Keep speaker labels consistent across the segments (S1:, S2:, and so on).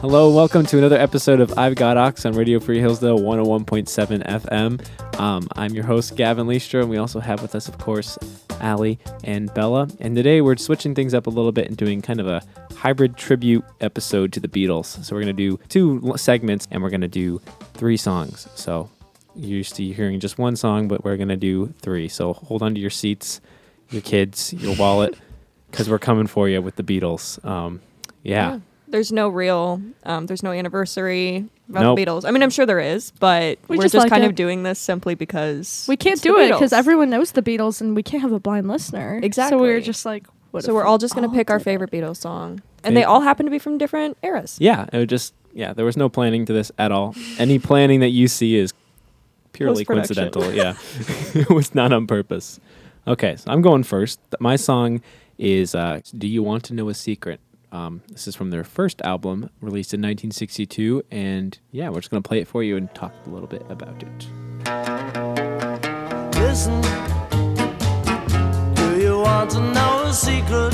S1: Hello, and welcome to another episode of I've Got Ox on Radio Free Hillsdale 101.7 FM. Um, I'm your host, Gavin Leistra, and we also have with us, of course, Allie and Bella. And today we're switching things up a little bit and doing kind of a hybrid tribute episode to the Beatles. So we're going to do two l- segments and we're going to do three songs. So you're used to hearing just one song, but we're going to do three. So hold on to your seats, your kids, your wallet, because we're coming for you with the Beatles. Um, yeah.
S2: There's no real, um, there's no anniversary about
S1: Nope.
S2: the Beatles. I mean, I'm sure there is, but
S3: We
S2: we are
S3: just
S2: just,
S3: like
S2: kind
S3: it.
S2: of doing this simply because
S3: We can't
S2: it's the
S3: do it because
S2: Beatles.
S3: everyone knows the Beatles, and we can't have a blind listener. So we
S2: Exactly.
S3: were just like, what
S2: So
S3: if
S2: we're
S3: we
S2: all just gonna pick our
S3: did it?
S2: favorite Beatles song, and they all happen to be from different eras.
S1: Yeah, it would just yeah, there was no planning to this at all. Any planning that you see is purely
S2: Post-production.
S1: coincidental. Yeah. it was not on purpose. Okay, so I'm going first. Th- My song is uh, Do You Want to Know a Secret? Um, this is from their first album released in 1962. And yeah, we're just going to play it for you and talk a little bit about it.
S4: Listen, do you want to know a secret?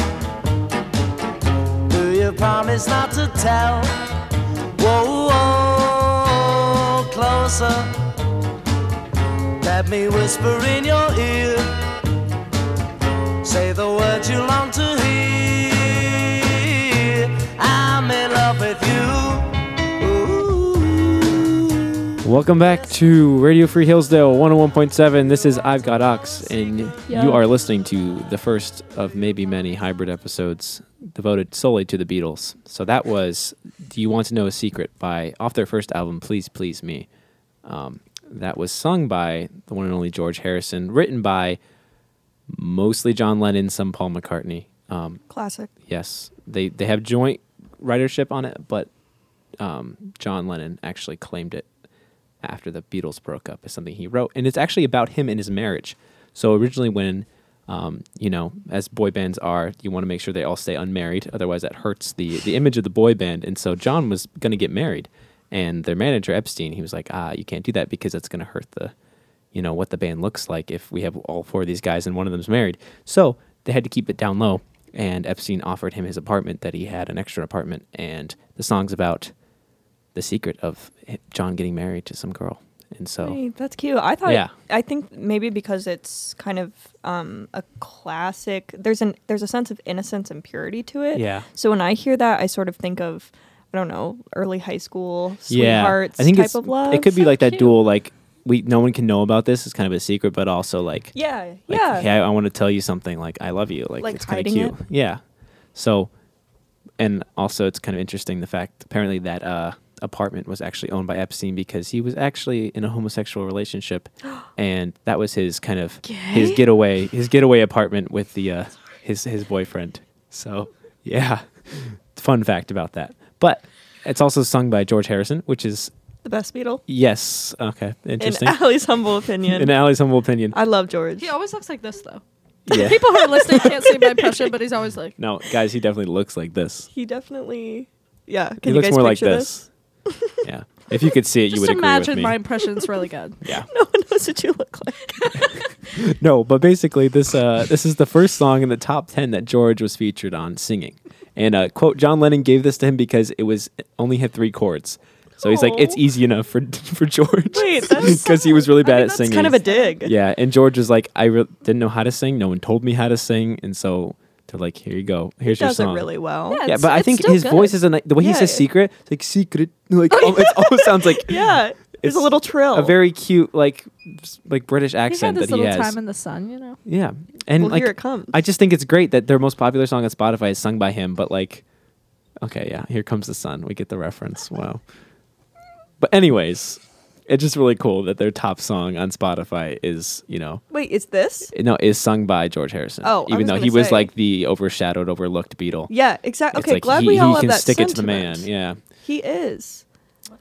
S4: Do you promise not to tell? Whoa, whoa, closer. Let me whisper in your ear. Say the words you long to hear. I'm in love with you. Ooh.
S1: Welcome back to Radio Free Hillsdale 101.7. This is I've Got Ox, and
S3: Yeah.
S1: you are listening to the first of maybe many hybrid episodes devoted solely to the Beatles. So that was Do You Want to Know a Secret by off their first album, Please Please Me. Um, that was sung by the one and only George Harrison, written by mostly John Lennon, some Paul McCartney. Um,
S2: Classic.
S1: Yes, they they have joint writership on it, but um, John Lennon actually claimed it after the Beatles broke up as something he wrote, and it's actually about him and his marriage. So originally, when um, you know, as boy bands are, you want to make sure they all stay unmarried, otherwise that hurts the the image of the boy band. And so John was going to get married, and their manager Epstein, he was like, ah, you can't do that because that's going to hurt the you know what the band looks like if we have all four of these guys and one of them's married. So they had to keep it down low. And Epstein offered him his apartment that he had an extra apartment, and the song's about the secret of John getting married to some girl. And so
S2: Hey, that's cute. I thought.
S1: Yeah.
S2: I think maybe because it's kind of um, a classic. There's an there's a sense of innocence and purity to it.
S1: Yeah.
S2: So when I hear that, I sort of think of I don't know early high school
S1: yeah,
S2: sweethearts
S1: I think
S2: type
S1: it's,
S2: of love.
S1: it could be
S3: So
S1: like that
S3: cute.
S1: dual like we no one can know about this. It's kind of a secret, but also like
S2: Yeah.
S1: like,
S2: yeah.
S1: hey, I, I want to tell you something. Like, I love you. Like,
S2: Like
S1: it's kind of
S2: hiding
S1: cute.
S2: it?
S1: Yeah. So, and also, it's kind of interesting the fact apparently that uh, apartment was actually owned by Epstein because he was actually in a homosexual relationship, and that was his kind of his
S3: Gay?
S1: getaway his getaway apartment with the uh, his his boyfriend. So, yeah, fun fact about that. But it's also sung by George Harrison, which is
S2: the best Beatle.
S1: yes, okay,
S2: In
S1: interesting.
S2: Allie's humble opinion.
S1: In Allie's humble opinion,
S2: I love George.
S3: He always looks like this, though.
S1: yeah.
S3: People who are listening can't see my impression, but he's always like,
S1: No, guys, he definitely looks like this.
S2: He definitely. Yeah. Can
S1: he
S2: you
S1: looks
S2: guys
S1: more like
S2: picture
S1: this. yeah. If you could see it, you
S3: just
S1: would
S3: imagine
S1: agree with me.
S3: my impression's really good.
S1: yeah.
S2: No one knows what you look like.
S1: No, but basically, this uh, this is the first song in the top ten that George was featured on singing. And uh, quote: John Lennon gave this to him because it was it only had three chords. So he's like, it's
S2: Aw.
S1: easy enough for for George
S2: Oh. Wait, that's
S1: because he was really bad
S3: mean,
S1: at
S3: that's
S1: singing.
S2: kind of a dig.
S1: yeah, and George was like, I re- didn't know how to sing. No one told me how to sing, and so they're like, here you go. Here's your
S2: Does it
S1: song.
S2: really well.
S3: Yeah.
S1: yeah,
S3: It's-
S1: but I
S3: it's
S1: think
S3: still
S1: his
S3: good.
S1: voice is a ni- the way he
S2: Yeah, Oh,
S1: says
S2: it-
S1: secret, it's like secret, like al- it almost sounds like
S2: Yeah. There's a
S1: It's
S2: little trill.
S1: a very cute like s- like British
S3: He had
S1: accent
S3: this
S1: that he
S3: little
S1: has.
S3: time in the sun, you know.
S1: yeah, and
S2: Well,
S1: like
S2: here it comes.
S1: I just think it's great that their most popular song on Spotify is sung by him. But like, okay, yeah, here comes the sun. We get the reference. Wow. But anyways, it's just really cool that their top song on Spotify is you know
S2: Wait, is this?
S1: no is sung by George Harrison.
S2: Oh, I
S1: even
S2: was
S1: though
S2: gonna
S1: he was
S2: say.
S1: like the overshadowed, overlooked Beatle.
S2: Yeah, exactly.
S1: It's
S2: Okay,
S1: like
S2: glad
S1: he,
S2: we all
S1: he
S2: have
S1: can
S2: that
S1: stick it to the man.
S2: sentiment.
S1: Yeah,
S2: He is.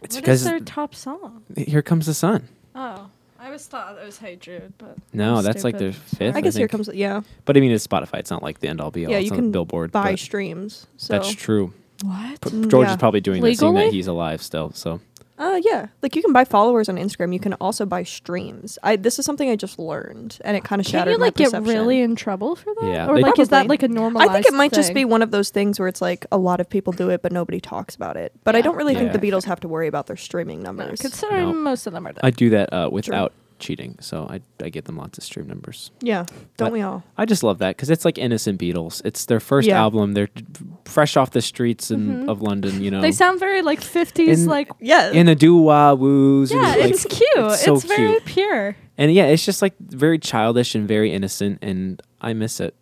S1: it's
S3: What
S1: because
S3: is their top song?
S1: here comes the sun.
S3: Oh, I always thought it was Hey Jude, but
S1: No, that's like their fifth.
S2: I guess here
S1: think.
S2: comes. Yeah,
S1: But I mean, it's Spotify. It's not like the end all be all.
S2: yeah.
S1: it's
S2: You
S1: not
S2: can
S1: Billboard.
S2: buy
S1: but
S2: streams. So
S1: That's true.
S3: what?
S1: P-
S2: Mm,
S1: George
S2: yeah.
S1: is probably doing that, seeing that
S3: Legally?
S1: he's alive still. So
S2: Uh, yeah. Like you can buy followers on Instagram. You can also buy streams. I this is something I just learned, and it kind of
S3: Can
S2: shattered
S3: you like
S2: my
S3: get
S2: perception.
S3: really in trouble for that?
S1: Yeah,
S3: or
S1: they-
S3: like is that
S2: Probably.
S3: like a normal?
S2: I think it might just be one of those things where it's like a lot of people do it, but nobody talks about it. But I
S3: Yeah.
S2: don't really think the
S1: Yeah.
S2: Beatles have to worry about their streaming numbers.
S3: considering
S1: No.
S3: most of them are dead.
S1: I do that uh, without cheating, so I I get them lots of stream numbers.
S2: yeah, don't
S1: But-
S2: we all?
S1: I just love that because it's like innocent Beatles. It's their first
S2: Yeah.
S1: album. They're fresh off the streets in,
S3: Mhm.
S1: of London. You know,
S3: They sound very like fifties,
S1: In-
S3: like
S2: Yeah,
S1: in a doo wah woos.
S3: yeah,
S1: and, like,
S3: it's cute. It's,
S1: so
S3: very
S1: cute.
S3: pure.
S1: and yeah, it's just like very childish and very innocent, and I miss it.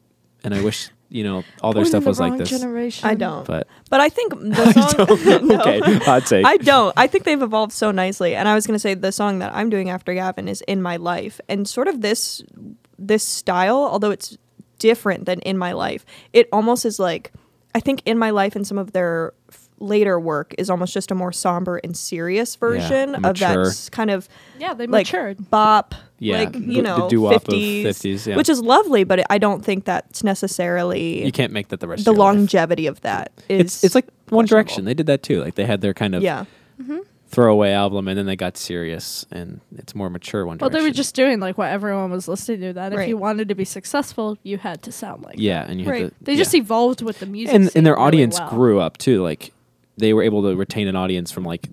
S1: And I wish you know all their
S3: Born in
S1: stuff
S3: the
S1: was like
S3: wrong
S1: this.
S3: Generation.
S2: I don't. But,
S1: But
S2: I think the song. No.
S1: okay, hot take.
S2: I don't. I think they've evolved so nicely. And I was gonna say the song that I'm doing after Gavin is "In My Life," and sort of this this style, although it's different than "In My Life," it almost is like I think "In My Life" and some of their f- later work is almost just a more somber and serious version of that
S1: mature.
S2: s- kind of
S3: Yeah, they
S2: like
S3: matured.
S2: bop.
S1: Yeah,
S2: like
S1: the-
S2: you know,
S1: the doo-wop of
S2: 50s,
S1: 50s, yeah.
S2: which is lovely, but I don't think that's necessarily
S1: you can't make that the rest.
S2: the
S1: of your life.
S2: longevity of that. Is
S1: It's it's like One
S2: questionable.
S1: Direction. They did that too. Like they had their kind of
S2: yeah,
S1: throwaway album, and then they got serious, and it's more mature. One
S3: Well,
S1: Direction.
S3: they were just doing like what everyone was listening to. That if
S2: Right.
S3: you wanted to be successful, you had to sound like.
S1: yeah, and you had
S2: Right.
S1: to-
S3: They just
S1: yeah.
S3: evolved with the music.
S1: and
S3: scene
S1: and their
S3: really
S1: audience
S3: well.
S1: grew up too. Like they were able to retain an audience from like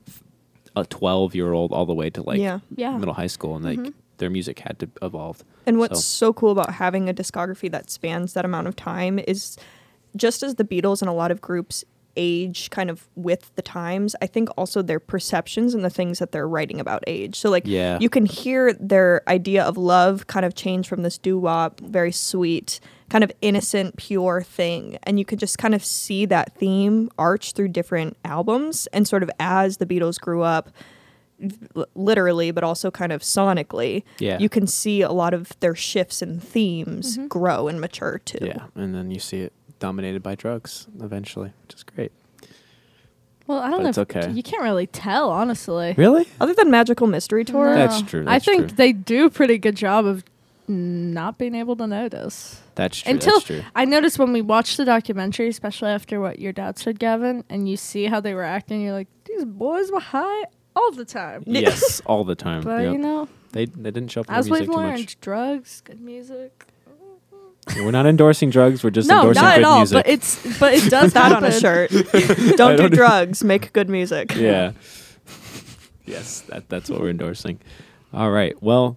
S1: a twelve year old all the way to like
S2: yeah.
S3: Yeah. Mm-hmm.
S1: middle high school, and like their music had to evolve.
S2: And what's
S1: So-
S2: so. cool about having a discography that spans that amount of time is just as the Beatles and a lot of groups age kind of with the times, I think also their perceptions and the things that they're writing about age. So, like,
S1: Yeah.
S2: you can hear their idea of love kind of change from this doo wop, very sweet, kind of innocent, pure thing. And you could just kind of see that theme arch through different albums and sort of as the Beatles grew up l- literally, but also kind of sonically,
S1: Yeah.
S2: you can see a lot of their shifts and themes grow and mature too.
S1: yeah, and then you see it dominated by drugs eventually, which is great.
S3: Well, I don't
S1: But
S3: know.
S1: it's
S3: if-
S1: okay.
S3: You can't really tell, honestly.
S1: Really?
S2: Other than Magical Mystery Tour,
S1: That's
S3: No.
S1: true,
S3: I
S1: that's
S3: think
S1: true.
S3: they do a pretty good job of not being able to notice.
S1: That's true.
S3: Until
S1: that's true.
S3: I noticed when we watched the documentary, especially after what your dad said, Gavin, and you see how they were acting, you're like, these boys were high all the time.
S1: yes, all the time.
S3: But
S1: Yep.
S3: you know,
S1: they they didn't show up in
S3: as
S1: their
S3: we've
S1: music too
S3: learned,
S1: much.
S3: drugs, good music.
S1: We're not endorsing drugs. We're just
S3: no,
S1: endorsing
S3: not
S1: good
S3: at all.
S1: music.
S3: But it's but it does
S2: that on
S3: happen.
S2: a shirt.
S1: I
S2: don't do
S1: don't-
S2: drugs, make good music.
S1: yeah. yes, that that's what we're endorsing. All right. Well,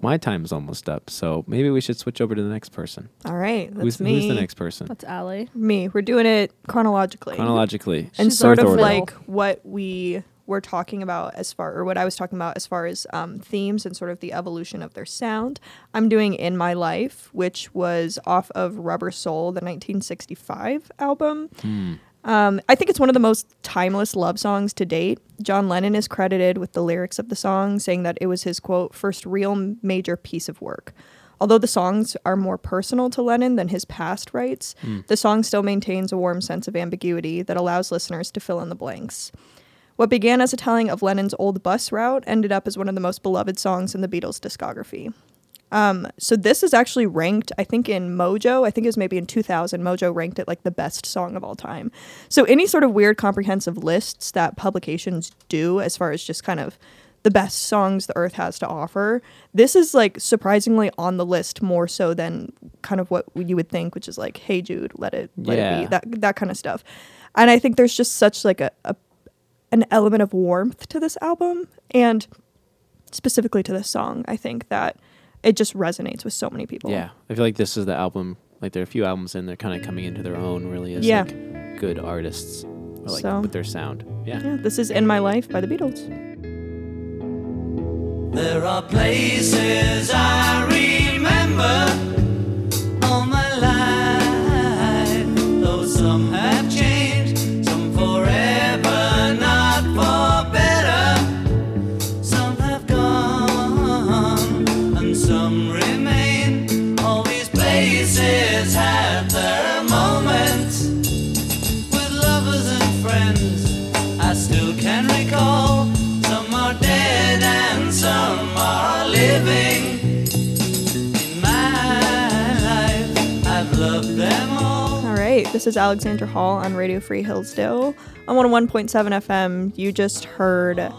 S1: my time's almost up, so maybe we should switch over to the next person.
S2: All right, that's
S1: who's,
S2: me.
S1: who's the next person?
S3: That's Allie.
S2: Me. We're doing it chronologically.
S1: Chronologically,
S2: and
S3: She's
S2: sort
S1: birth
S2: of
S1: order.
S2: like what we were talking about as far or what I was talking about as far as um, themes and sort of the evolution of their sound. I'm doing In My Life, which was off of Rubber Soul, the 1965 album. Um, I think it's one of the most timeless love songs to date. John Lennon is credited with the lyrics of the song, saying that it was his quote, first real major piece of work. Although the songs are more personal to Lennon than his past rights, the song still maintains a warm sense of ambiguity that allows listeners to fill in the blanks. What began as a telling of Lennon's old bus route ended up as one of the most beloved songs in the Beatles' discography. Um, so this is actually ranked, I think, in Mojo. I think it was maybe in 2000. Mojo ranked it like the best song of all time. So any sort of weird comprehensive lists that publications do, as far as just kind of the best songs the earth has to offer, this is like surprisingly on the list more so than kind of what you would think, which is like, "Hey Jude, let it, let it
S1: Yeah.
S2: be," that that kind of stuff. And I think there's just such like a, a an element of warmth to this album and specifically to this song. I think that it just resonates with so many people.
S1: Yeah, I feel like this is the album. Like there are a few albums in, they're kind of coming into their own. Really, as
S2: Yeah.
S1: like good artists, or like
S2: So-
S1: with their sound. Yeah.
S2: Yeah, this is In My Life by the Beatles.
S4: There are places I remember all my life, though some have changed, some forever, not for better. Some have gone and some remain. All these places had their moments with lovers and friends. I still can recall some are dead and some are living. In my life, I've loved them all.
S2: All right, this is Alexander Hall on Radio Free Hillsdale. On 101.7 FM, you just heard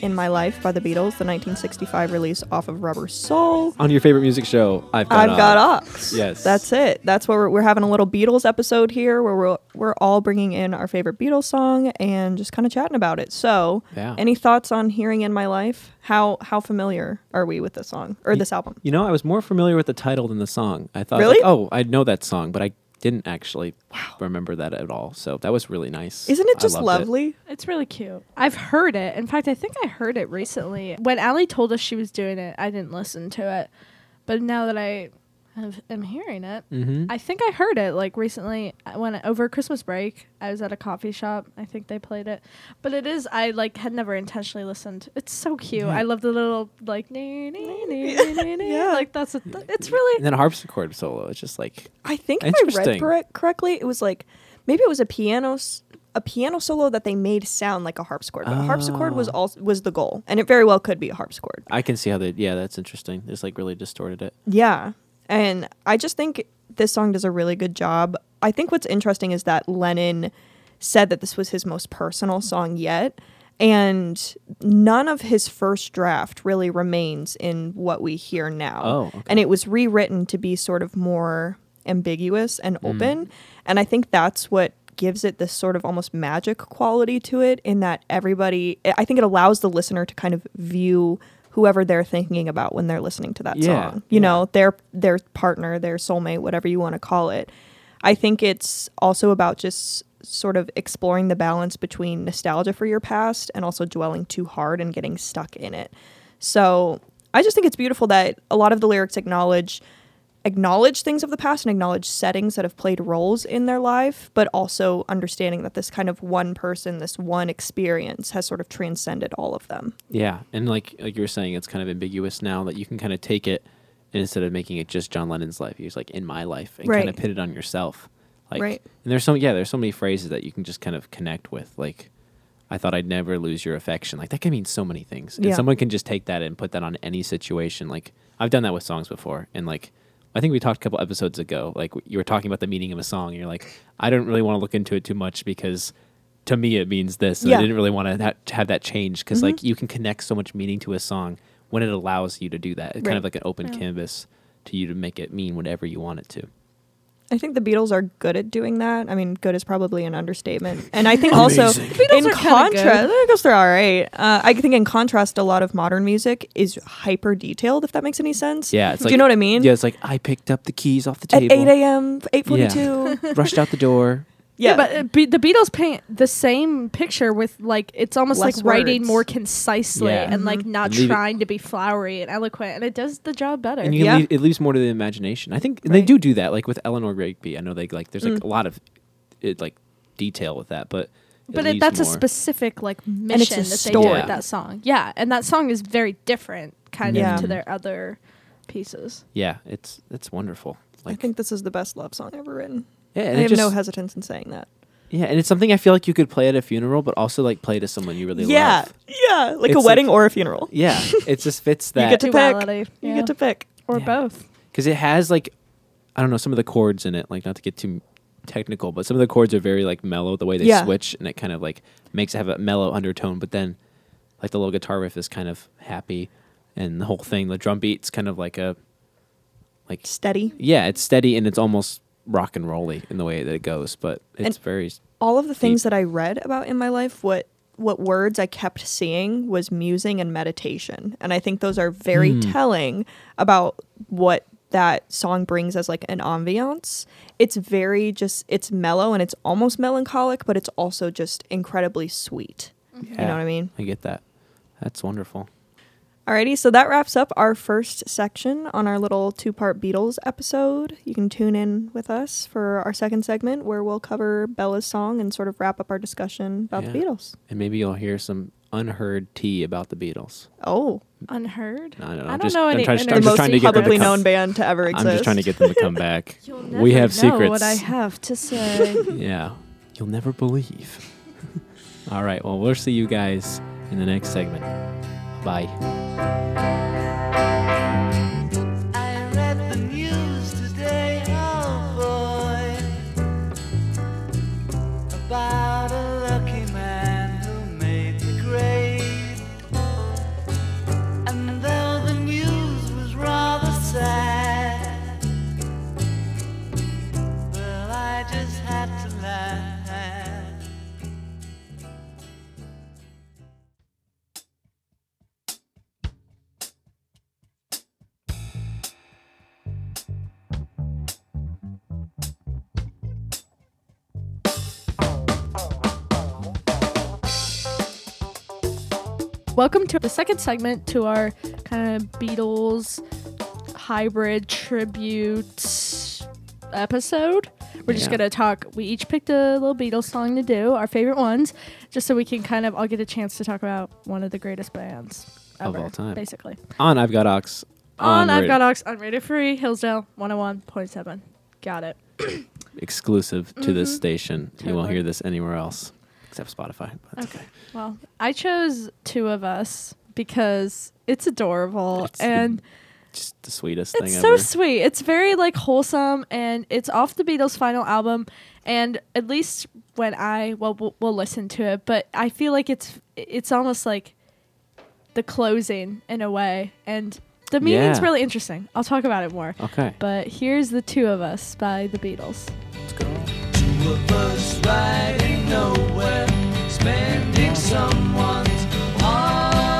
S2: In My Life by the Beatles, the 1965 release off of Rubber Soul.
S1: on your favorite music show. I've got
S2: I've got
S1: Ox.
S2: Ox.
S1: Yes.
S2: That's it. That's what we're, we're having a little Beatles episode here where we're, we're all bringing in our favorite Beatles song and just kind of chatting about it. So,
S1: Yeah.
S2: any thoughts on hearing In My Life? How how familiar are we with this song or this album?
S1: You know, I was more familiar with the title than the song. I thought,
S2: Really?
S1: like, oh, I know that song, but I didn't actually remember that at all. So that was really nice.
S2: Isn't it
S1: I
S2: just
S1: loved
S2: lovely?
S3: It's really cute. I've heard it. In fact, I think I heard it recently. When Allie told us she was doing it, I didn't listen to it. But now that I have, am hearing it,
S1: Mm-hmm.
S3: I think I heard it like recently uh, when over Christmas break. I was at a coffee shop. I think they played it. But it is I like had never intentionally listened. It's so cute. I love the little like nee, nee, nee, nee, nee.
S2: Yeah.
S3: like that's a th- it's
S1: And
S3: really
S1: then a harpsichord solo. It's just like
S2: I think if I read
S1: Interesting.
S2: correct, correctly, it was like maybe it was a piano s- a piano solo that they made sound like a harpsichord. But a harpsichord was
S1: Ah.
S2: all was the goal, and it very well could be a harpsichord.
S1: I can see how they. Yeah, that's interesting. It's like really distorted it.
S2: Yeah. And I just think this song does a really good job. I think what's interesting is that Lennon said that this was his most personal song yet. And none of his first draft really remains in what we hear now.
S1: Oh, okay.
S2: And it was rewritten to be sort of more ambiguous
S1: Hmm.
S2: and open. And I think that's what gives it this sort of almost magic quality to it, in that everybody, I think it allows the listener to kind of view whoever they're thinking about when they're listening to that
S1: Yeah,
S2: song. You know, their their partner, their soulmate, whatever you want to call it. I think it's also about just sort of exploring the balance between nostalgia for your past and also dwelling too hard and getting stuck in it. So, I just think it's beautiful that a lot of the lyrics acknowledge acknowledge things of the past and acknowledge settings that have played roles in their life, but also understanding that this kind of one person, this one experience has sort of transcended all of them.
S1: Yeah, and like like you were saying, it's kind of ambiguous now that you can kind of take it and instead of making it just John Lennon's life, you're just like in my life and kind of
S2: Right.
S1: pin it on yourself. Like,
S2: Right.
S1: And there's so yeah, there's so many phrases that you can just kind of connect with. Like, I thought I'd never lose your affection. Like that can mean so many things. And
S2: Yeah.
S1: someone can just take that and put that on any situation. Like I've done that with songs before, and like. I think we talked a couple episodes ago. Like you were talking about the meaning of a song, and you're like, I don't really want to look into it too much because to me it means this and i
S2: Yeah.
S1: didn't really want to ha- to have that change
S2: Mm-hmm.
S1: because like you can connect so much meaning to a song when it allows you to do that it's kind of like
S2: Right.
S1: an open canvas to you to make it mean whatever you want it to
S2: I think the Beatles are good at doing that. I mean, good is probably an understatement. And I think also in
S3: are kinda good.
S2: contrast, I guess they're all right. Uh, I think in contrast, a lot of modern music is hyper detailed. If that makes any sense.
S1: yeah it's
S2: Do
S1: like,
S2: you know what I mean?
S1: yeah it's like i picked up the keys off the
S2: At
S1: table
S2: eight a.m., eight forty-two. Yeah.
S1: rushed out the door
S3: but uh, be- the Beatles paint the same picture with like it's almost
S2: Less
S3: like writing
S2: words. Mm-hmm.
S3: more concisely
S1: Yeah.
S3: and like not
S1: And leave it-
S3: trying to be flowery and eloquent, and it does the job better.
S1: and you
S2: Yeah.
S1: leave, it leaves more to the imagination i think and they
S2: Right. Mm.
S1: do do that like with eleanor rigby i know they like there's like a lot of it like detail with that but it
S3: but it,
S1: leaves
S3: that's a
S1: more-
S3: specific like mission
S2: it's a
S3: that they did
S1: story.
S3: with that song. Yeah, and that song is very different, kind
S2: Yeah.
S3: of to their other pieces.
S1: yeah it's it's wonderful
S2: I
S1: like
S2: think this is the best love song ever written.
S1: yeah and
S2: I
S1: it
S2: have no
S1: just-
S2: hesitance in saying that.
S1: Yeah, and it's something I feel like you could play at a funeral, but also like play to someone you really
S2: yeah,
S1: love.
S2: yeah, like
S1: It's
S2: a
S1: like-
S2: wedding or a funeral.
S1: Yeah, it just fits
S2: You
S1: that
S2: get to
S3: Duality,
S2: pick. You
S3: yeah.
S2: get to pick.
S3: Or
S1: Yeah.
S3: both.
S1: because it has like I don't know some of the chords in it. Like not to get too technical, but some of the chords are very like mellow the way they
S2: Yeah.
S1: switch, and it kind of like makes it have a mellow undertone. But then like the little guitar riff is kind of happy, and the whole thing, the drum beat's kind of like a like
S2: Steady.
S1: yeah, it's steady and it's almost rock and rolly in the way that it goes, but it's
S2: And-
S1: very
S2: all of the things
S1: Deep.
S2: that I read about in my life, what what words I kept seeing was musing and meditation. And I think those are very telling about what that song brings as like an ambiance. It's very just it's mellow and it's almost melancholic, but it's also just incredibly sweet. You know what I mean?
S1: I get that. That's wonderful.
S2: Alrighty, so that wraps up our first section on our little two part Beatles episode. You can tune in with us for our second segment where we'll cover Bella's song and sort of wrap up our discussion about the
S1: Yeah.
S2: Beatles.
S1: And maybe you'll hear some unheard tea about the Beatles.
S2: Oh,
S3: Unheard.
S1: No, I don't know.
S3: I
S1: I'm
S3: don't
S1: just-
S3: know
S1: I'm
S3: any.
S1: trying to-
S3: unheard
S1: I'm
S2: the
S1: just
S2: most
S1: trying to get them to
S2: publicly
S1: come-
S2: known band to ever exist.
S1: I'm just trying to get them to come back.
S3: You'll never
S1: we have
S3: know
S1: secrets.
S3: What I have to say.
S1: yeah. You'll never believe. All right. Well, we'll see you guys in the next segment. Bye.
S4: I read the news today, oh boy, about a lucky man who made the grade.
S3: Welcome to the second segment to our kind of Beatles hybrid tribute episode. We're just
S1: Yeah.
S3: gonna talk. We each picked a little Beatles song to do, our favorite ones, just so we can kind of all get a chance to talk about one of the greatest bands
S1: Of
S3: ever,
S1: all time.
S3: basically.
S1: On I've Got Ox.
S3: On, I've
S1: Ra-
S3: got Ox on Radio Free, Hillsdale, one hundred one point seven. Got it.
S1: exclusive to
S3: Mm-hmm.
S1: this station. You won't
S3: Totally.
S1: hear this anywhere else except Spotify. But
S3: Okay. Well, I chose two of us because it's adorable
S1: It's the
S3: and
S1: just the sweetest
S3: it's
S1: thing
S3: so
S1: ever.
S3: sweet. It's very like wholesome and it's off the Beatles' final album and at least when I well we'll, we'll listen to it, but I feel like it's it's almost like the closing in a way and the meaning's
S1: Yeah.
S3: really interesting. I'll talk about it more.
S1: okay.
S3: But here's the two of us by the Beatles.
S1: Let's go.
S4: Two of us riding nowhere, spending someone's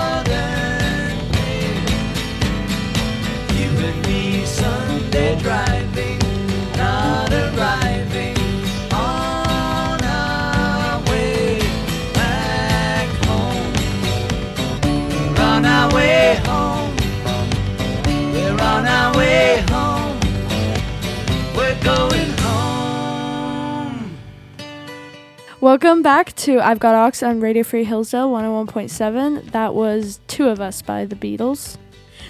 S4: hard-earned pay. You and me Sunday driving, not arriving on our way back home. We're on our way home. We're on our way home. We're going home.
S3: Welcome back to I've Got Ox on Radio Free Hillsdale 101.7. That was Two of Us by the Beatles.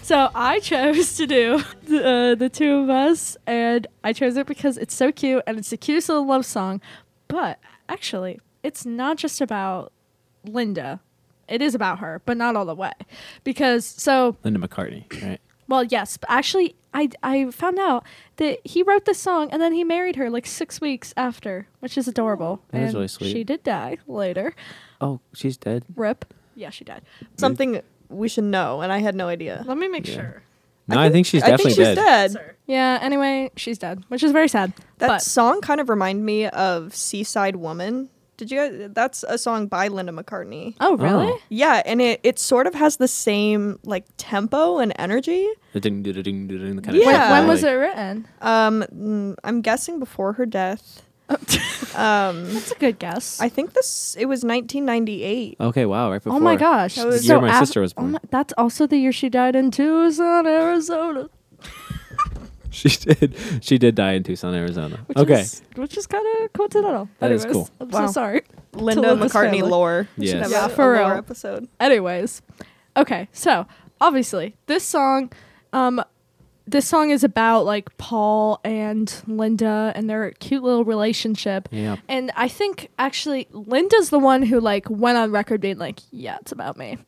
S3: So I chose to do the, uh, the Two of Us, and I chose it because it's so cute and it's the cutest little love song. But actually, it's not just about Linda. It is about her, but not all the way. Because, so
S1: Linda McCartney, right?
S3: well, yes. But actually, I, I found out that he wrote this song and then he married her like six weeks after, which is adorable.
S1: That is
S3: And
S1: really sweet.
S3: She did die later.
S1: Oh, she's dead.
S3: Rip. Yeah, she died.
S2: Something we should know, and I had no idea.
S3: Let me make
S1: Yeah.
S3: sure.
S1: No, I think, she's
S2: I
S1: definitely
S2: think she's
S1: dead.
S2: dead.
S3: Yeah, anyway, she's dead, which is very sad.
S2: That
S3: but
S2: song kind of remind me of Seaside Woman. Did you guys? That's a song by Linda McCartney.
S3: Oh, really?
S1: Oh.
S2: Yeah, and it, it sort of has the same like tempo and energy.
S1: The ding ding ding ding ding kind
S2: Yeah.
S1: of.
S3: When,
S1: sound,
S3: when was it
S1: like-
S3: written?
S2: Um, mm, I'm guessing before her death. um,
S3: That's a good guess.
S2: I think this it was 1998.
S1: Okay, wow, right before.
S3: oh my gosh.
S2: That was-
S1: The year
S3: So
S1: my
S3: af-
S1: sister was
S3: oh
S1: born.
S3: my- that's also the year she died in Tucson, Arizona.
S1: She did. She did die in Tucson, Arizona.
S3: Which
S1: okay.
S3: Is, which is kind of coincidental.
S1: That is
S3: Anyways,
S1: cool.
S3: I'm
S2: Wow.
S3: so sorry.
S2: Linda
S3: Linda's
S2: McCartney
S3: family.
S2: lore.
S1: Yes.
S2: Should have
S3: Yeah,
S2: a-
S3: for
S2: a lore
S3: real.
S2: episode.
S3: Anyways, okay, so obviously this song, um, this song is about like Paul and Linda and their cute little relationship.
S1: Yeah.
S3: And I think actually Linda's the one who like went on record being like, yeah, it's about me.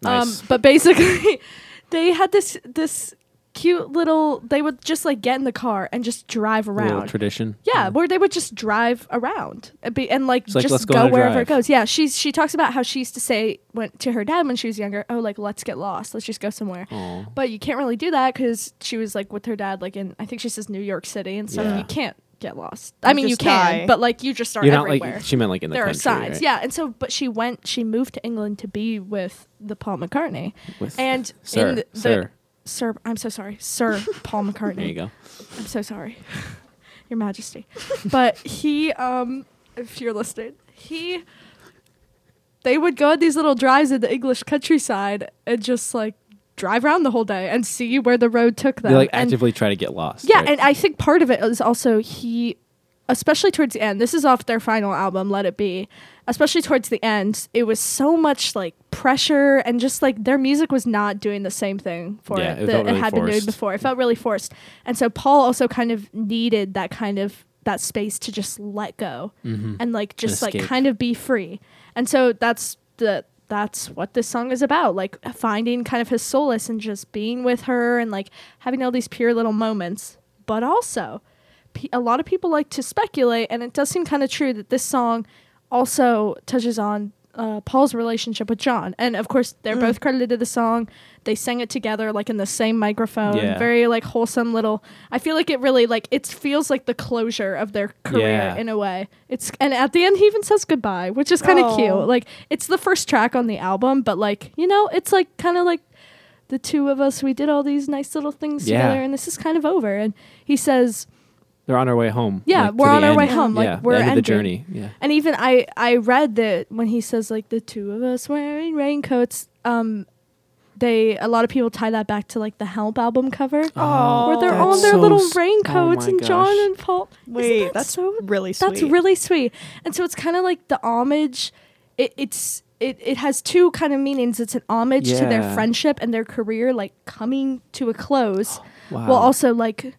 S1: Nice.
S3: Um, but basically, they had this this cute little. They would just like get in the car and just drive
S1: Little
S3: around.
S1: tradition.
S3: Yeah, where they would just drive around and, be, and like
S1: Hmm. It's like,
S3: just
S1: "Let's go
S3: go,
S1: on a
S3: wherever
S1: drive."
S3: it goes. Yeah, she's she talks about how she used to say went to her dad when she was younger. Oh, like let's get lost. Let's just go somewhere.
S1: Aw.
S3: But you can't really do that because she was like with her dad, like in I think she says New York City and stuff.
S1: Yeah.
S3: You can't get lost. I mean, you
S2: just
S3: can,
S2: die.
S3: but like you just are
S1: You're not
S3: everywhere.
S1: like she meant like in the
S3: there are
S1: country.
S3: signs,
S1: right?
S3: yeah. And so, but she went. She moved to England to be with the Paul McCartney
S1: With-
S3: and
S1: sir,
S3: in the, the-
S1: sir.
S3: Sir, I'm so sorry, Sir Paul McCartney.
S1: There you go.
S3: I'm so sorry, Your Majesty. but he, um, if you're listening, he, they would go on these little drives in the English countryside and just like drive around the whole day and see where the road took them.
S1: They like
S3: and,
S1: actively try to get lost.
S3: yeah,
S1: right?
S3: and I think part of it is also he, especially towards the end. This is off their final album, Let It Be. Especially towards the end, it was so much like pressure and just like their music was not doing the same thing for
S1: Yeah,
S3: it,
S1: it
S3: that
S1: felt really
S3: it had been doing
S1: forced.
S3: before. It felt really forced, and so Paul also kind of needed that kind of that space to just let go and like just like
S1: escape.
S3: kind of be free. And so that's the that's what this song is about, like finding kind of his solace and just being with her and like having all these pure little moments. But also, pe- a lot of people like to speculate, and it does seem kind of true that this song also touches on uh, Paul's relationship with John. And of course, they're
S1: Mm.
S3: both credited to the song. They sang it together, like in the same microphone.
S1: Yeah.
S3: Very like wholesome little. I feel like it really like it feels like the closure of their career
S1: Yeah.
S3: in a way. It's and at the end he even says goodbye, which is kind of
S2: Aw.
S3: cute. Like it's the first track on the album, but like you know, it's like kind of like the two of us. We did all these nice little things
S1: Yeah.
S3: together, and this is kind of over. And he says,
S1: They're on our way home.
S3: Yeah,
S1: like, to
S3: we're
S1: the
S3: on our
S1: end.
S3: way home, like,
S1: yeah, the
S3: we're
S1: end of the
S3: ending.
S1: journey. Yeah,
S3: And even I, I read that when he says like the two of us wearing raincoats, um, they a lot of people tie that back to like the Help album cover,
S2: Oh,
S3: where they're
S1: that's
S3: all in their
S1: so
S3: little
S1: s- oh
S3: raincoats
S1: my
S3: and John
S1: gosh.
S3: and Paul. Isn't
S2: Wait,
S3: that
S2: that's
S3: so
S2: really sweet.
S3: That's really sweet. And so it's kind of like the homage. It, it's it, it has two kind of meanings. It's an homage to their
S1: Yeah.
S3: friendship and their career, like coming to a close.
S1: Wow.
S3: Well, also like.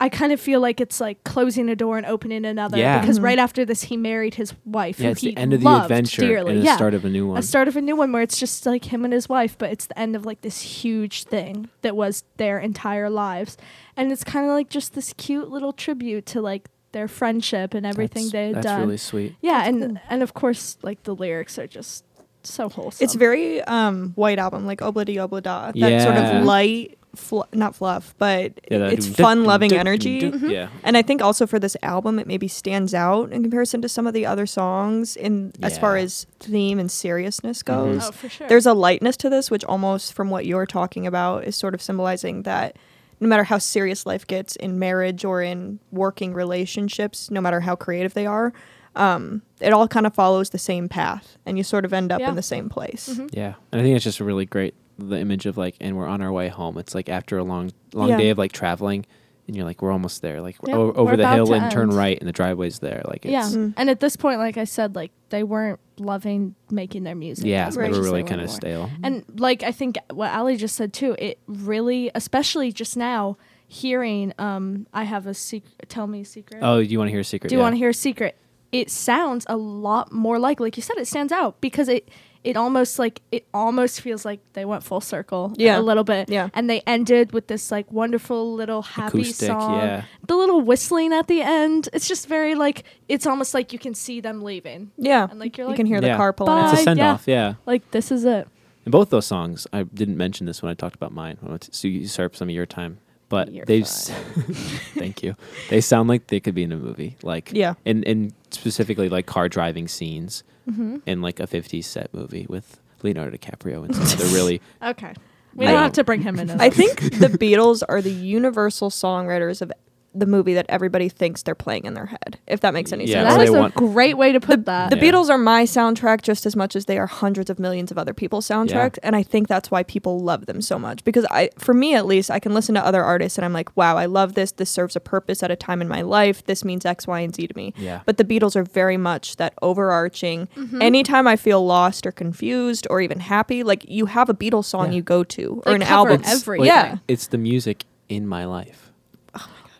S3: I kind of feel like it's like closing a door and opening another
S1: Yeah.
S3: because
S2: Mhm.
S3: right after this he married his wife
S1: yeah,
S3: who
S1: it's
S3: he
S1: the end of the
S3: loved
S1: adventure
S3: dearly.
S1: and the
S3: yeah.
S1: start of a new one.
S3: a start of a new one where it's just like him and his wife, but it's the end of like this huge thing that was their entire lives. And it's kind of like just this cute little tribute to like their friendship and everything
S1: that's,
S3: they had
S1: that's
S3: done.
S1: really sweet.
S3: yeah, and and of course like the lyrics are just so wholesome.
S2: It's very um white album, like obladi oblada. That sort
S1: Yeah.
S2: of light, fl- not fluff, but
S1: Yeah, that
S2: it's
S1: doom, doom,
S2: fun loving
S1: doom, doom,
S2: energy.
S1: doom, doom. Yeah.
S2: And I think also for this album, it maybe stands out in comparison to some of the other songs in as far
S1: Yeah. Mm-hmm.
S2: as theme and seriousness goes.
S3: oh for sure.
S2: There's a lightness to this, which almost from what you're talking about is sort of symbolizing that no matter how serious life gets in marriage or in working relationships, no matter how creative they are, um, it all kind of follows the same path and you sort of end up
S3: Yeah. Mm-hmm.
S2: in the same place.
S1: Yeah, and I think it's just really great the image of like, and we're on our way home. It's like after a long, long
S2: Yeah.
S1: day of like traveling, and you're like, we're almost there. Like
S3: Yeah,
S1: o- over
S3: we're
S1: the
S3: about
S1: hill
S3: to
S1: and turn
S3: end.
S1: right, and the driveway's there. Like,
S3: yeah.
S1: it's,
S2: Mm-hmm.
S3: And at this point like I said like they weren't loving making their music.
S1: yeah,
S3: as
S1: they
S3: much
S1: were
S3: as
S1: really
S3: were
S1: kind of
S3: before.
S1: stale.
S3: And like I think what Ali just said too, it really, especially just now, hearing um, I have a secret. Tell me a secret.
S1: oh, you want to hear a secret?
S3: Do you
S1: yeah.
S3: want to hear a secret? It sounds a lot more like, like you said, it stands out because it, it almost like it almost feels like they went full circle,
S2: Yeah.
S3: a little bit,
S2: Yeah.
S3: And they ended with this like wonderful little happy
S1: Acoustic,
S3: song,
S1: yeah.
S3: The little whistling at the end, it's just very like it's almost like you can see them leaving,
S2: Yeah.
S3: And, like, you're
S2: you
S3: like,
S2: can hear the
S1: Yeah.
S2: car pulling
S3: Bye.
S2: out.
S1: It's a
S3: Yeah.
S1: send off. Yeah.
S3: like this is it.
S1: And both those songs, I didn't mention this when I talked about mine. Well, it's- So you usurp some of your time, but
S3: You're
S1: they. s- thank you. They sound like they could be in a movie, like
S2: Yeah.
S1: and and specifically like car driving scenes
S2: Mm-hmm.
S1: in like a '50s set movie with Leonardo DiCaprio and stuff. They're really
S3: Okay, we
S1: I-
S3: don't have to bring him in.
S2: I think the Beatles are the universal songwriters of the movie that everybody thinks they're playing in their head, if that makes any
S1: Yeah,
S2: sense.
S1: or
S3: that
S1: they
S3: is a
S1: want-
S3: great way to put that.
S2: The
S1: Uh, Yeah.
S2: Beatles are my soundtrack just as much as they are hundreds of millions of other people's soundtracks, and I think that's why people love them so much. Because I, for me at least, I can listen to other artists and I'm like, wow, I love this. This serves a purpose at a time in my life. This means X, Y, and Z to me.
S1: Yeah.
S2: But the Beatles are very much that overarching.
S3: Mm-hmm.
S2: Anytime I feel lost or confused or even happy, like you have a Beatles song
S1: Yeah.
S2: you go to or
S3: They
S2: an
S3: cover
S2: album.
S3: It's- everything.
S2: Yeah.
S1: It's the music in my life,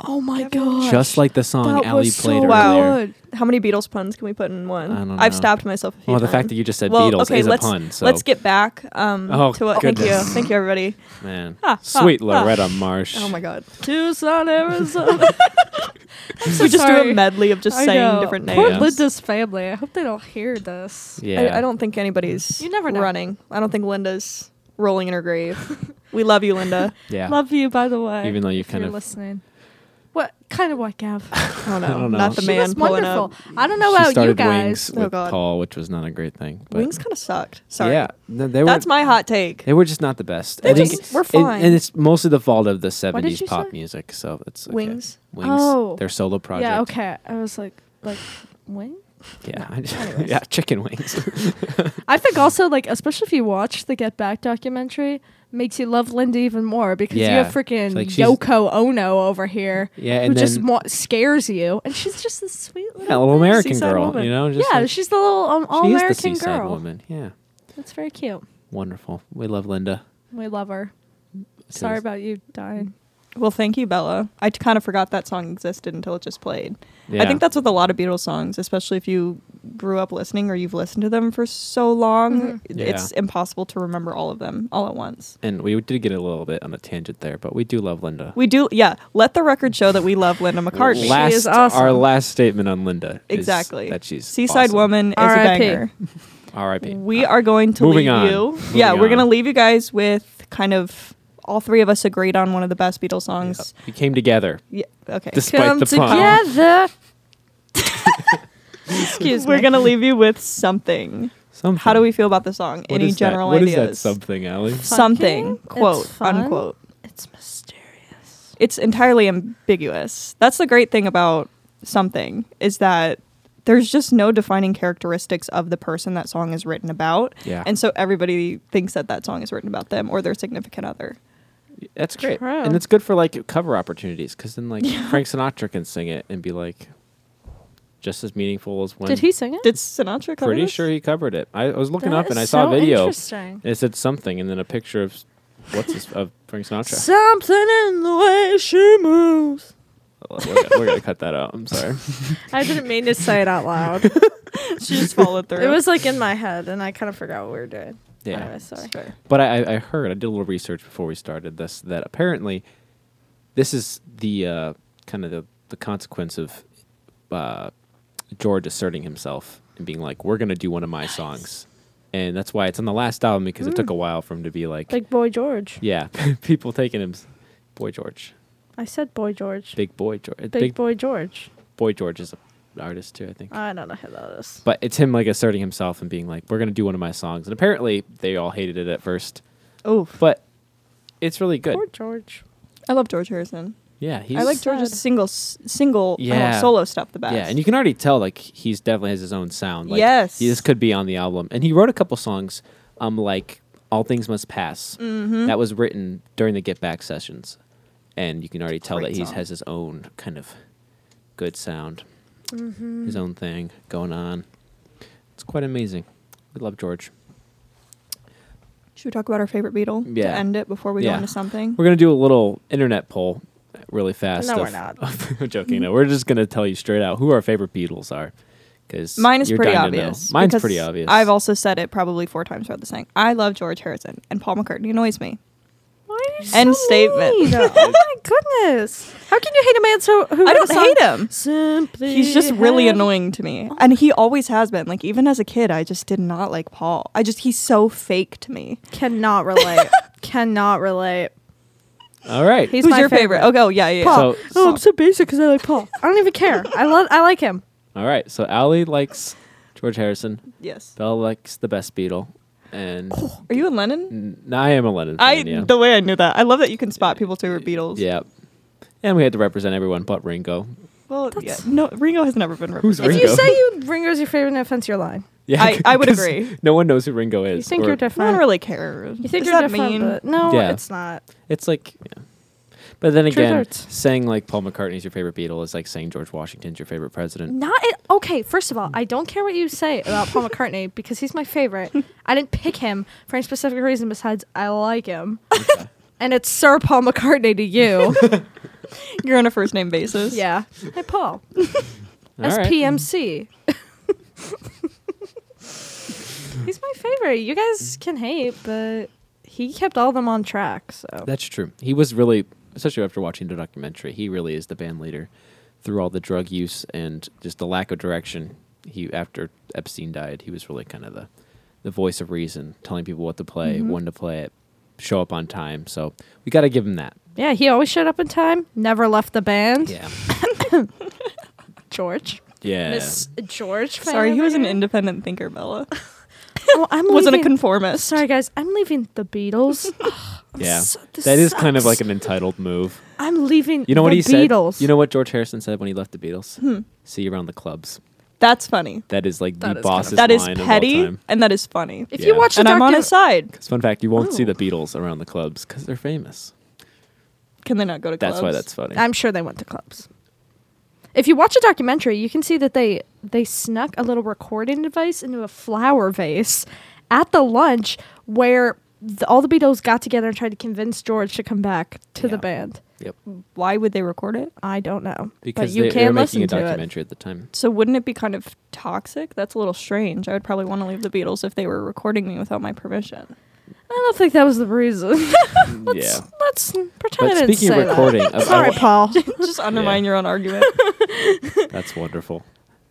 S3: Oh my god!
S1: just like the song
S3: That
S1: Allie
S3: was
S1: played
S3: so
S1: earlier.
S2: Wow. How many Beatles puns can we put in one?
S1: I don't know.
S2: have stopped myself. A few
S1: Well, the fact
S2: times.
S1: that you just said
S2: Well,
S1: Beatles
S2: okay,
S1: is a
S2: let's,
S1: pun. So
S2: Let's get back um,
S1: Oh,
S2: to what. Thank you.
S1: goodness.
S2: Thank you, everybody.
S1: man.
S2: Ah, ah,
S1: Sweet
S2: ah.
S1: Loretta Marsh.
S2: Oh my God.
S3: Tucson, Arizona. I'm so
S2: we just do
S3: sorry.
S2: a medley of just
S3: I
S2: saying
S3: know.
S2: different names.
S3: Poor
S1: Yeah.
S3: Linda's family. I hope they don't hear this.
S1: Yeah.
S2: I, I don't think anybody's
S3: You never know.
S2: running. I don't think Linda's rolling in her grave. we love you, Linda.
S1: Yeah.
S3: Love you, by the way.
S1: Even though you
S3: if
S1: kind
S3: you're
S1: of-
S3: listening. What kind of what, Gav?
S2: Oh no,
S1: don't know.
S2: not the
S1: She
S3: she
S2: man
S3: was
S2: pulling
S3: wonderful.
S2: up.
S3: I don't know
S1: she
S3: about you
S1: started
S3: guys.
S1: Wings
S2: Oh,
S1: with
S2: God.
S1: Paul, which was not a great thing. But
S2: Wings kind of sucked. Sorry.
S1: Yeah, th- they were.
S2: That's my hot take.
S1: They were just not the best.
S2: They
S1: I think
S2: just were
S1: it-
S2: fine.
S1: and it's mostly the fault of the
S3: What did
S1: '70s
S3: you
S1: pop
S3: say?
S1: music. So it's okay.
S2: Wings?
S1: Wings.
S3: Oh.
S1: Their solo project.
S3: Yeah. Okay. I was like, like when?
S1: Yeah. I just- yeah. Chicken wings.
S3: I think also like, especially if you watch the Get Back documentary, makes you love Linda even more because
S1: Yeah.
S3: you have freaking
S1: It's like she's-
S3: Yoko Ono over here.
S1: Yeah,
S3: who
S1: and
S3: just
S1: then-
S3: mo- scares you, and she's just this sweet little.
S1: yeah, little American
S2: Seaside
S1: girl.
S2: woman.
S1: You know. Just
S3: Yeah,
S1: like,
S3: she's the little um, all
S1: she is the
S3: American
S1: seaside
S3: girl.
S1: woman. Yeah.
S3: That's very cute.
S1: Wonderful. We love Linda.
S3: We love her. Sorry about you dying.
S2: Well, thank you, Bella. I kind of forgot that song existed until it just played.
S1: Yeah.
S2: I think that's with a lot of Beatles songs, especially if you grew up listening or you've listened to them for so long.
S3: Mm-hmm.
S1: Yeah.
S2: It's impossible to remember all of them all at once.
S1: And we did get a little bit on a tangent there, but we do love Linda.
S2: We do, yeah. Let the record show that we love Linda McCartney.
S1: last,
S3: is awesome.
S1: Our last statement on Linda. is
S2: exactly.
S1: that she's
S2: Seaside
S1: awesome.
S2: Woman is a
S3: R.I.P..
S2: banger.
S1: R.I.P.
S2: We are going to
S1: Uh, Moving
S2: leave
S1: on.
S2: you.
S1: Moving
S2: yeah, we're
S1: on.
S2: gonna leave you guys with kind of all three of us agreed on one of the best Beatles songs.
S1: We came together
S2: Yeah. Okay.
S1: despite the pun.
S3: together. Excuse
S2: we're
S3: me.
S2: gonna leave you with something.
S1: Something.
S2: How do we feel about the song?
S1: What
S2: Any
S1: is that-
S2: general
S1: What is
S2: ideas?
S1: that something, Allie?
S2: something
S3: Fucking,
S2: quote
S3: it's fun.
S2: unquote.
S3: it's mysterious.
S1: Yes.
S2: it's entirely ambiguous. That's the great thing about something is that there's just no defining characteristics of the person that song is written about.
S1: Yeah.
S2: And so everybody thinks that that song is written about them or their significant other.
S1: That's great,
S3: True.
S1: and it's good for like cover opportunities because then like Frank Sinatra can sing it and be like just as meaningful as when.
S3: Did he sing it?
S2: Did Sinatra cover
S1: Pretty
S2: this?
S1: sure he covered it. I, I was looking
S3: That
S1: up and
S3: is
S1: I saw
S3: so
S1: a video.
S3: Interesting.
S1: and It said something and then a picture of s- what's this of Frank Sinatra.
S3: Something in the way she moves.
S1: we're, gonna, we're gonna cut that out. I'm sorry.
S3: I didn't mean to say it out loud.
S2: she just followed through.
S3: it was like in my head, and I kind of forgot what we were doing.
S1: Yeah.
S3: Anyway, sorry.
S1: But I, I- I heard, I did a little research before we started this, that apparently this is the uh, kind of the, the consequence of uh, George asserting himself and being like, we're going to do one of my songs. And that's why it's on the last album because it took a while for him to be like,
S3: Big boy George.
S1: yeah, people taking him, s- Boy George,
S3: I said boy George. Big,
S1: Big Boy George. Big, boy.
S3: boy George.
S1: George is a- an artist too, I
S2: Ah.
S1: think.
S3: I don't know who that is.
S1: but it's him like asserting himself and being like, we're going to do one of my songs. And apparently they all hated it at first,
S2: oh,
S1: but it's really good.
S3: Poor George.
S2: I love George Harrison.
S1: Yeah, he's
S2: I like
S3: sad.
S2: George's single s- single I don't know,
S1: Yeah.
S2: solo stuff the best.
S1: Yeah, and you can already tell like he's definitely has his own sound. Like,
S2: Yes.
S1: he- this could be on the album, and he wrote a couple songs, um, like "All Things Must Pass,"
S2: Mm-hmm.
S1: that was written during the Get Back sessions, and you can already tell that
S2: great
S1: he
S2: song.
S1: has his own kind of good sound,
S2: Mm-hmm.
S1: his own thing going on. It's quite amazing. We love George.
S2: Should we talk about our favorite Beatle
S1: Yeah.
S2: to end it before we
S1: Yeah.
S2: go into something?
S1: We're gonna do a little internet poll, really fast.
S3: No,
S1: of-
S3: we're not.
S1: I'm joking. No, we're just gonna tell you straight out who our favorite Beatles are. Because
S2: Mine is pretty obvious.
S1: Mine's
S2: because
S1: pretty obvious.
S2: I've also said it probably four times throughout the thing. I love George Harrison, and Paul McCartney annoys me.
S3: Why are you
S2: End
S3: so
S2: statement.
S3: mean? oh my goodness! How can you hate a man so? Who
S2: I
S3: wrote a
S2: don't hate
S3: song-
S2: him.
S3: Simply.
S2: He's just really
S3: have-
S2: annoying to me, and he always has been. Like even as a kid, I just did not like Paul. I just he's so fake to me.
S3: Cannot relate. Cannot relate.
S1: All right.
S3: He's
S2: Who's
S3: my
S2: your favorite?
S3: favorite.
S2: Oh, go yeah, yeah. yeah.
S1: Paul. So-
S3: oh, I'm so basic because I like Paul. I don't even care. I love. I like him.
S1: All right. So Allie likes George Harrison.
S2: yes.
S1: Belle likes the best Beatle, and
S2: Are you in Lennon?
S1: n- I am a Lennon fan.
S2: I
S1: yeah.
S2: the way I knew that. I love that you can spot people's favorite Beatles.
S1: yeah. And we had to represent everyone but Ringo.
S2: Well, yeah. no, Ringo has never been.
S1: Who's
S2: represented.
S3: If
S1: Ringo?
S3: you say you Ringo's your favorite, no offense, you're lying.
S1: Yeah,
S2: I- I would
S1: 'cause
S2: agree.
S1: No one knows who Ringo is.
S3: You think
S1: or-
S2: No
S3: you're different.
S2: one really cares.
S3: You think
S2: Does
S3: you're
S2: that
S3: different,
S2: mean
S3: but no,
S1: Yeah.
S3: it's not.
S1: It's like, yeah. but then
S3: Truth
S1: again,
S3: hurts.
S1: saying like Paul McCartney's your favorite Beatle is like saying George Washington's your favorite president.
S3: Not it, okay. First of all, I don't care what you say about Paul McCartney because he's my favorite. I didn't pick him for any specific reason besides I like him, and it's Sir Paul McCartney to you.
S2: you're on a first name basis?
S3: yeah. Hey,
S1: All
S3: Paul.
S1: right.
S3: SPMC. He's my favorite. You guys can hate, but he kept all of them on track. So
S1: That's true. He was really, especially after watching the documentary, he really is the band leader through all the drug use and just the lack of direction. He after Epstein died, he was really kind of the the voice of reason, telling people what to play,
S3: Mm-hmm.
S1: when to play it, show up on time. So we got to give him that.
S3: yeah, he always showed up in time. Never left the band. George.
S1: yeah.
S3: Miss George. fan
S2: Sorry, he
S3: over
S2: was an
S3: here.
S2: independent thinker, Bella.
S3: Oh, I'm
S2: Wasn't a
S3: leaving-
S2: conformist.
S3: Sorry, guys. I'm leaving the Beatles.
S1: Yeah.
S3: So- this
S1: that is kind of
S3: sucks.
S1: like an entitled move.
S3: I'm leaving.
S1: You know what
S3: the
S1: he
S3: Beatles. Hmm.
S1: said? You know what George Harrison said when he left the Beatles? See you around the clubs.
S2: That's funny.
S1: That is like
S3: That is kind
S1: the
S3: of-
S1: boss's
S2: That is
S1: line of all
S2: petty
S1: time.
S2: and that is funny.
S3: if
S1: Yeah.
S3: you watch, the
S2: And I'm on
S3: docu-
S2: his side.
S1: 'Cause fun fact, you won't see
S3: Oh.
S1: the Beatles around the clubs because they're famous.
S2: Can they not go to clubs?
S1: That's why that's funny.
S3: I'm sure they went to clubs. If you watch a documentary, you can see that they they snuck a little recording device into a flower vase at the lunch where the, all the Beatles got together and tried to convince George to come back to
S1: Yeah.
S3: the band.
S1: Yep.
S2: Why would they record it? Uh,
S3: I don't know,
S1: Because
S3: but you
S1: they, they were making
S3: can listen
S1: a
S3: to it.
S1: documentary at the time.
S2: So wouldn't it be kind of toxic? That's a little strange. I would probably want to leave the Beatles if they were recording me without my permission.
S3: I don't think that was the reason.
S1: yeah.
S3: Let's pretend I
S1: But
S3: didn't
S1: speaking
S3: say
S1: of recording,
S3: that.
S1: of-
S3: Sorry, Paul.
S2: Just undermine
S1: Yeah.
S2: your own argument.
S1: that's wonderful.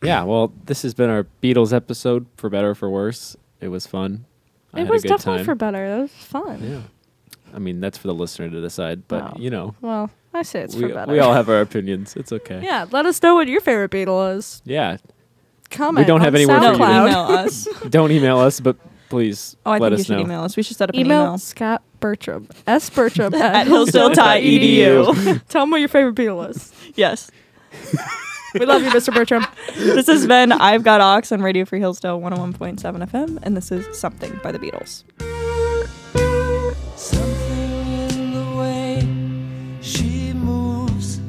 S1: Yeah, well, this has been our Beatles episode, for better or for worse. It was fun. I
S3: it
S1: had
S3: was
S1: a good
S3: definitely
S1: time.
S3: for better. It was fun.
S1: Yeah. I mean, that's for the listener to decide, but
S3: Wow.
S1: you know,
S3: Well, I say it's
S1: we,
S3: for better.
S1: we all have our opinions. It's okay.
S3: Yeah, let us know what your favorite Beatles is.
S1: Yeah.
S3: Comment.
S1: don't have
S3: on
S1: anywhere for you to-
S3: SoundCloud.
S2: Email us.
S1: Don't email us, but please
S2: Oh, I
S1: let
S2: think you
S1: us
S2: should
S1: know.
S2: email us. We should set up an
S3: Email
S2: email.
S3: Scott Bertram. S. Bertram at
S1: E
S2: E
S3: E
S1: hillsdale.edu.
S3: Tell him what your favorite Beatle is.
S2: yes.
S3: We love you, Mr. Bertram.
S2: This has been I've Got Ox on Radio Free Hillsdale 101.7 FM, and this is Something by the Beatles.
S4: Something in the way she moves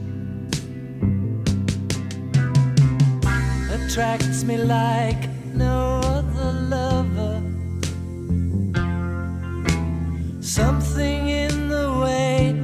S4: attracts me like no other lover. Something in the way